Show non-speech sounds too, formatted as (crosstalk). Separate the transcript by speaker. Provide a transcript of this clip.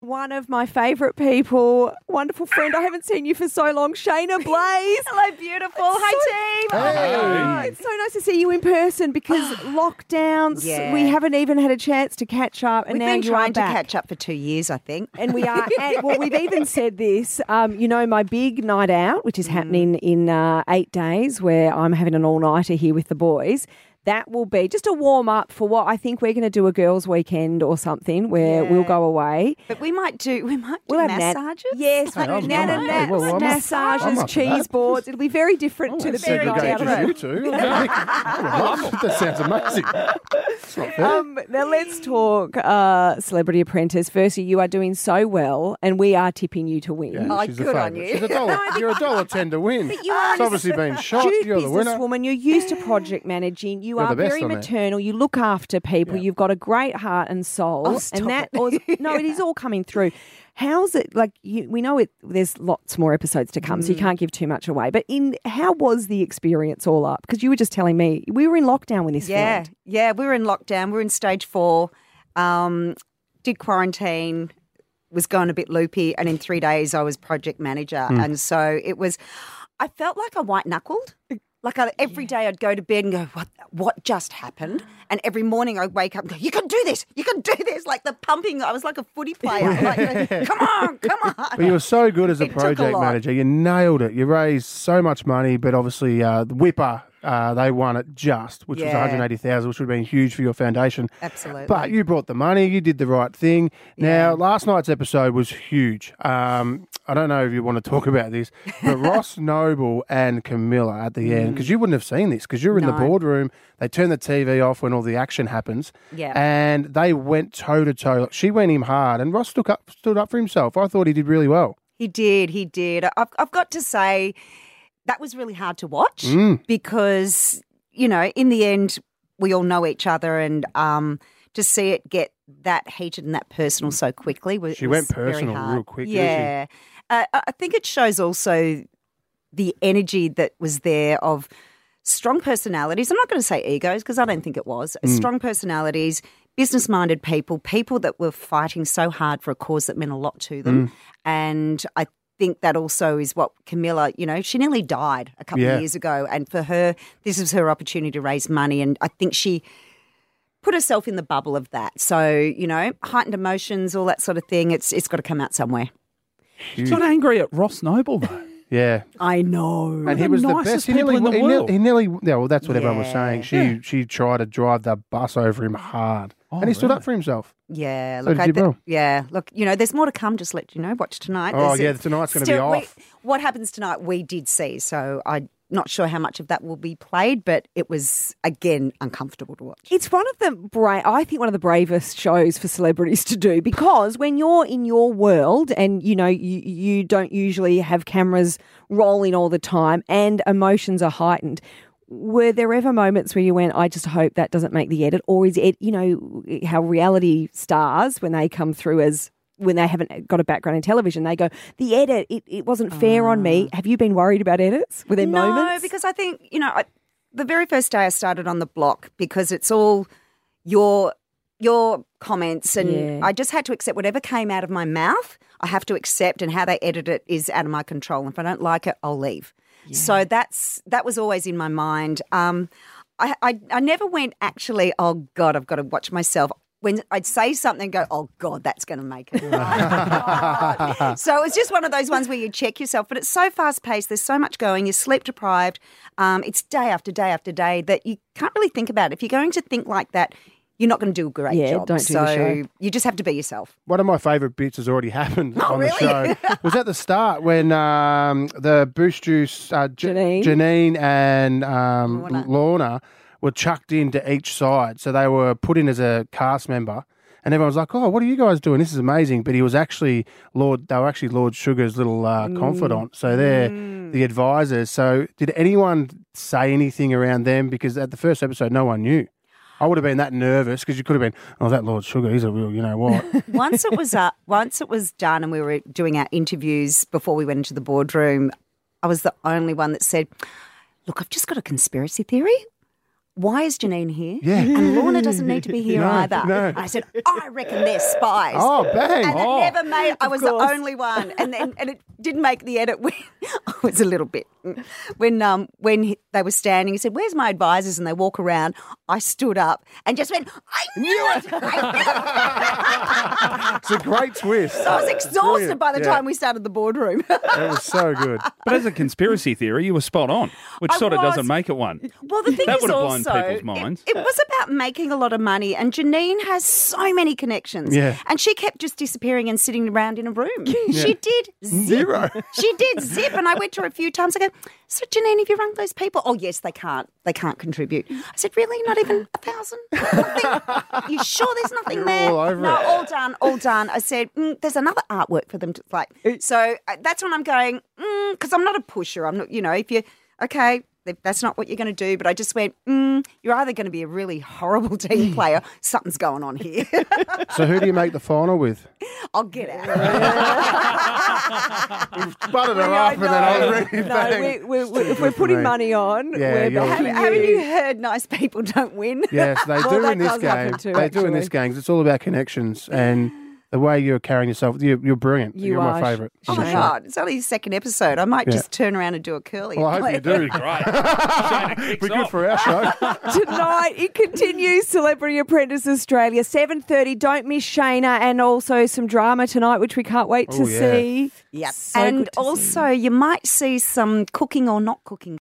Speaker 1: one of my favourite people, wonderful friend. I haven't seen you for so long,
Speaker 2: (laughs)
Speaker 1: Shayna Blaze.
Speaker 2: Hello, beautiful. Hi, team. Oh,
Speaker 1: Oh, it's so nice to see you in person because
Speaker 2: (gasps)
Speaker 1: lockdowns,
Speaker 2: Yeah.
Speaker 1: we haven't even had a chance to catch up, and
Speaker 2: We've
Speaker 1: now
Speaker 2: been
Speaker 1: you are
Speaker 2: trying to
Speaker 1: back.
Speaker 2: catch up for two years, I think.
Speaker 1: And we
Speaker 2: (laughs)
Speaker 1: are. And, well, we've even said this. Um, you know, my big night out, which
Speaker 2: Mm.
Speaker 1: is happening in uh, eight days, where I'm having an all nighter here with the boys. That will be just a warm up for what I think we're going to do a girls' weekend or something where we'll go away.
Speaker 2: But we might do we might do
Speaker 1: We'll have nat-
Speaker 2: massages.
Speaker 1: Yes,
Speaker 3: Hey, oh,
Speaker 1: like
Speaker 3: I'm-
Speaker 1: nana
Speaker 3: I'm-
Speaker 1: naps,
Speaker 3: well, I'm up- I'm
Speaker 1: massages,
Speaker 3: up for that. Oh,
Speaker 1: cheese boards. It'll be very different to the
Speaker 3: That
Speaker 1: big night out.
Speaker 3: segregated you
Speaker 2: (laughs)
Speaker 3: two. that sounds amazing. It's not fair.
Speaker 1: Um, now let's talk uh, Celebrity Apprentice. Firstly, you are doing so well, and we are tipping you to win.
Speaker 3: Yeah,
Speaker 2: oh,
Speaker 3: she's a
Speaker 2: good on
Speaker 3: favourite.
Speaker 2: you.
Speaker 3: She's
Speaker 2: (laughs)
Speaker 3: a dollar, you're a dollar ten to win.
Speaker 2: you are-
Speaker 3: it's obviously
Speaker 2: (laughs)
Speaker 3: been shot.
Speaker 1: astute
Speaker 3: You're the winner.
Speaker 1: businesswoman. You're used to project managing. You
Speaker 3: You're
Speaker 1: are
Speaker 3: the best
Speaker 1: very
Speaker 3: on that.
Speaker 1: maternal. You look after people. You've got a great heart and soul,
Speaker 2: Oh, stop
Speaker 1: and that was, (laughs) no, it is all coming through. How's it like? You, we know it. There's lots more episodes to come, so
Speaker 2: Mm.
Speaker 1: you can't give too much away. But in how was the experience all up? Because you were just telling me we were in lockdown when this
Speaker 2: Yeah,
Speaker 1: filmed.
Speaker 2: yeah. We were in lockdown. We were in stage four. Um, did quarantine. Was going a bit loopy, and in three days I was project manager, and so it was. I felt like I white knuckled. Like I, every day I'd go to bed and go, "What? What just happened?" And every morning I'd wake up and go, "You can do this! You can do this!" Like the pumping. I was like a footy player. Like, come on, come on.
Speaker 3: But you were so good as a
Speaker 2: It took a
Speaker 3: project
Speaker 2: lot.
Speaker 3: manager. You nailed it. You raised so much money, but obviously uh, the Whipper, uh, they won it just, which was
Speaker 2: Yeah.
Speaker 3: 180,000, which would have been huge for your foundation.
Speaker 2: Absolutely.
Speaker 3: But you brought the money. You did the right thing. Now, last night's episode was huge. Um, I don't know if you want to talk about this,
Speaker 2: (laughs)
Speaker 3: but Ross Noble and Camilla at the
Speaker 2: Mm.
Speaker 3: end, because you wouldn't have seen this, because you were in the boardroom. They turn the TV off when all the action happens.
Speaker 2: Yeah.
Speaker 3: And they went toe to toe. She went him hard, and Ross stood up, stood up for himself. I thought he did really well.
Speaker 2: He did. He did. I've, I've got to say, that was really hard to watch
Speaker 3: Mm.
Speaker 2: because, you know, in the end, we all know each other and um, to see it get that heated and that personal so quickly was.
Speaker 3: She
Speaker 2: was
Speaker 3: went
Speaker 2: very
Speaker 3: personal
Speaker 2: hard.
Speaker 3: real quick, didn't she?
Speaker 2: Yeah. Uh, I I think it shows also the energy that was there of strong personalities. I'm not going to say egos because I don't think it was. Strong personalities, business minded people, people that were fighting so hard for a cause that meant a lot to them. And I think that also is what Camilla, you know, she nearly died a couple
Speaker 3: Yeah.
Speaker 2: of years ago. And for her, this was her opportunity to raise money. And I think she put herself in the bubble of that. So, you know, heightened emotions, all that sort of thing, it's it's got to come out somewhere.
Speaker 4: She's not angry at Ross Noble though.
Speaker 3: Yeah.
Speaker 2: I know.
Speaker 3: and he
Speaker 4: Oh, the
Speaker 3: was the
Speaker 4: nicest
Speaker 3: best. He
Speaker 4: people
Speaker 3: nearly,
Speaker 4: in the
Speaker 3: he
Speaker 4: world.
Speaker 3: nearly, he nearly, yeah, well, that's what everyone was
Speaker 2: Yeah.
Speaker 3: saying. She she tried to drive the bus over him hard,
Speaker 4: Oh,
Speaker 3: and he stood up for himself.
Speaker 2: Yeah,
Speaker 3: So
Speaker 2: look,
Speaker 3: did
Speaker 2: I
Speaker 3: you,
Speaker 2: thi-
Speaker 3: bro.
Speaker 2: yeah, look, you know, there's more to come. Just let you know, watch tonight.
Speaker 3: Oh,
Speaker 2: There's-
Speaker 3: yeah, tonight's gonna be
Speaker 2: Still, we-
Speaker 3: off.
Speaker 2: what happens tonight? We did see, so I'm not sure how much of that will be played, but it was again uncomfortable to watch.
Speaker 1: It's one of the bra- I think one of the bravest shows for celebrities to do because when you're in your world and you know you, you don't usually have cameras rolling all the time and emotions are heightened. Were there ever moments where you went, I just hope that doesn't make the edit, or is it you know how reality stars when they come through as when they haven't got a background in television, they go, the edit, it, it wasn't fair on me. Have you been worried about edits? Were there
Speaker 2: Ah. no,
Speaker 1: moments?
Speaker 2: because I think you know, I, the very first day I started on the block because it's all your your comments, and
Speaker 1: Yeah.
Speaker 2: I just had to accept whatever came out of my mouth. I have to accept, and how they edit it is out of my control. And if I don't like it, I'll leave. So that's that was always in my mind. Um, I, I I never went actually. Oh God, I've got to watch myself. When I'd say something, go, oh God, that's going to make it. (laughs) So it's just one of those ones where you check yourself, but it's so fast paced. There's so much going. You're sleep deprived. Um, it's day after day after day that you can't really think about it. If you're going to think like that, you're not going to do a great
Speaker 1: Yeah,
Speaker 2: job.
Speaker 1: don't do
Speaker 2: so
Speaker 1: the show.
Speaker 2: you just have to be yourself.
Speaker 3: One of my favourite bits has already (laughs) happened on
Speaker 2: really?
Speaker 3: the show. was at the start when um, the Boost Juice, uh, J-
Speaker 1: Janine.
Speaker 3: Janine and um,
Speaker 2: Lorna.
Speaker 3: Lorna. were chucked into each side. So they were put in as a cast member. And everyone was like, "Oh, what are you guys doing? This is amazing!" But he was actually Lord. They were actually Lord Sugar's little uh, confidant. So they're the advisors. So did anyone say anything around them? Because at the first episode, no one knew. I would have been that nervous because you could have been, "Oh, that Lord Sugar, he's a real, you know what."
Speaker 2: Once it was up, (laughs) once it was done, and we were doing our interviews before we went into the boardroom. I was the only one that said, "Look, I've just got a conspiracy theory." why is Janine here?
Speaker 3: Yeah.
Speaker 2: And Lorna doesn't need to
Speaker 3: (laughs)
Speaker 2: be here
Speaker 3: No,
Speaker 2: either.
Speaker 3: no.
Speaker 2: And I said, I reckon they're spies.
Speaker 3: Oh, bang.
Speaker 2: And
Speaker 3: Oh.
Speaker 2: it never made. I was
Speaker 1: course.
Speaker 2: the only one, and then and it didn't make the edit. When (laughs) I was a little bit when um when he- they were standing. He said, "Where's my advisors?" And they walk around. I stood up and just went, "I knew it." I knew it.
Speaker 3: Oh, It's a great twist.
Speaker 2: (laughs) So (laughs) I was exhausted
Speaker 3: Brilliant.
Speaker 2: by the
Speaker 3: Yeah.
Speaker 2: time we started the boardroom. (laughs)
Speaker 3: It was so good.
Speaker 4: But as a conspiracy theory, you were spot on, which
Speaker 2: I
Speaker 4: sort of
Speaker 2: was.
Speaker 4: doesn't make it one.
Speaker 2: Well, the thing
Speaker 4: That
Speaker 2: is
Speaker 4: would have blown
Speaker 2: also,
Speaker 4: people's
Speaker 2: it-
Speaker 4: minds.
Speaker 2: It, was about making a lot of money, and Janine has so many connections.
Speaker 3: Yeah.
Speaker 2: And she kept just disappearing and sitting around in a room. She did zip.
Speaker 3: Zero.
Speaker 2: She did zip, and I went to her a few times. I go, so Janine, have you rung those people? Oh yes, they can't. They can't contribute. I said, really? Not even a thousand? Nothing? you sure there's nothing there?
Speaker 3: all over
Speaker 2: no,
Speaker 3: it.
Speaker 2: all done, all done. I said, mm, there's another artwork for them to like. So uh, that's when I'm going because I'm not a pusher. I'm not, you know, if you okay. th- That's not what you're going to do, but I just went. Mm, you're either going to be a really horrible (laughs) team player. Something's going on here. (laughs)
Speaker 3: So who do you make the final with?
Speaker 2: I'll get out.
Speaker 3: Buttered her
Speaker 1: I
Speaker 3: up and then I
Speaker 1: know.
Speaker 3: was ready.
Speaker 1: No,
Speaker 3: bang.
Speaker 1: we, we, we, if we're
Speaker 3: good for
Speaker 1: putting
Speaker 3: me.
Speaker 1: money on,
Speaker 3: Yeah,
Speaker 1: we're
Speaker 3: you're-
Speaker 1: backing
Speaker 2: haven't,
Speaker 1: you.
Speaker 2: (laughs) haven't you heard? Nice people don't win.
Speaker 3: Yes, they
Speaker 1: Well,
Speaker 3: do
Speaker 1: that
Speaker 3: in this
Speaker 1: does happen
Speaker 3: game.
Speaker 1: too,
Speaker 3: they do in this
Speaker 1: actually.
Speaker 3: game. 'cause It's all about connections and the way you're carrying yourself. You're, you're brilliant.
Speaker 1: You
Speaker 3: are
Speaker 1: are.
Speaker 3: my favourite.
Speaker 2: Oh my god! It's only the second episode. I might
Speaker 3: Yeah.
Speaker 2: just turn around and do a curly.
Speaker 3: Well,
Speaker 2: (laughs)
Speaker 3: I hope you do.
Speaker 4: (laughs) Great.
Speaker 3: Be good for our show.
Speaker 1: Tonight it continues Celebrity Apprentice Australia 7:30 don't miss Shayna and also some drama tonight which we can't wait to
Speaker 3: Oh, yeah.
Speaker 1: see.
Speaker 2: Yep.
Speaker 1: So
Speaker 2: and
Speaker 1: good to see.
Speaker 2: also, you might see some cooking or not cooking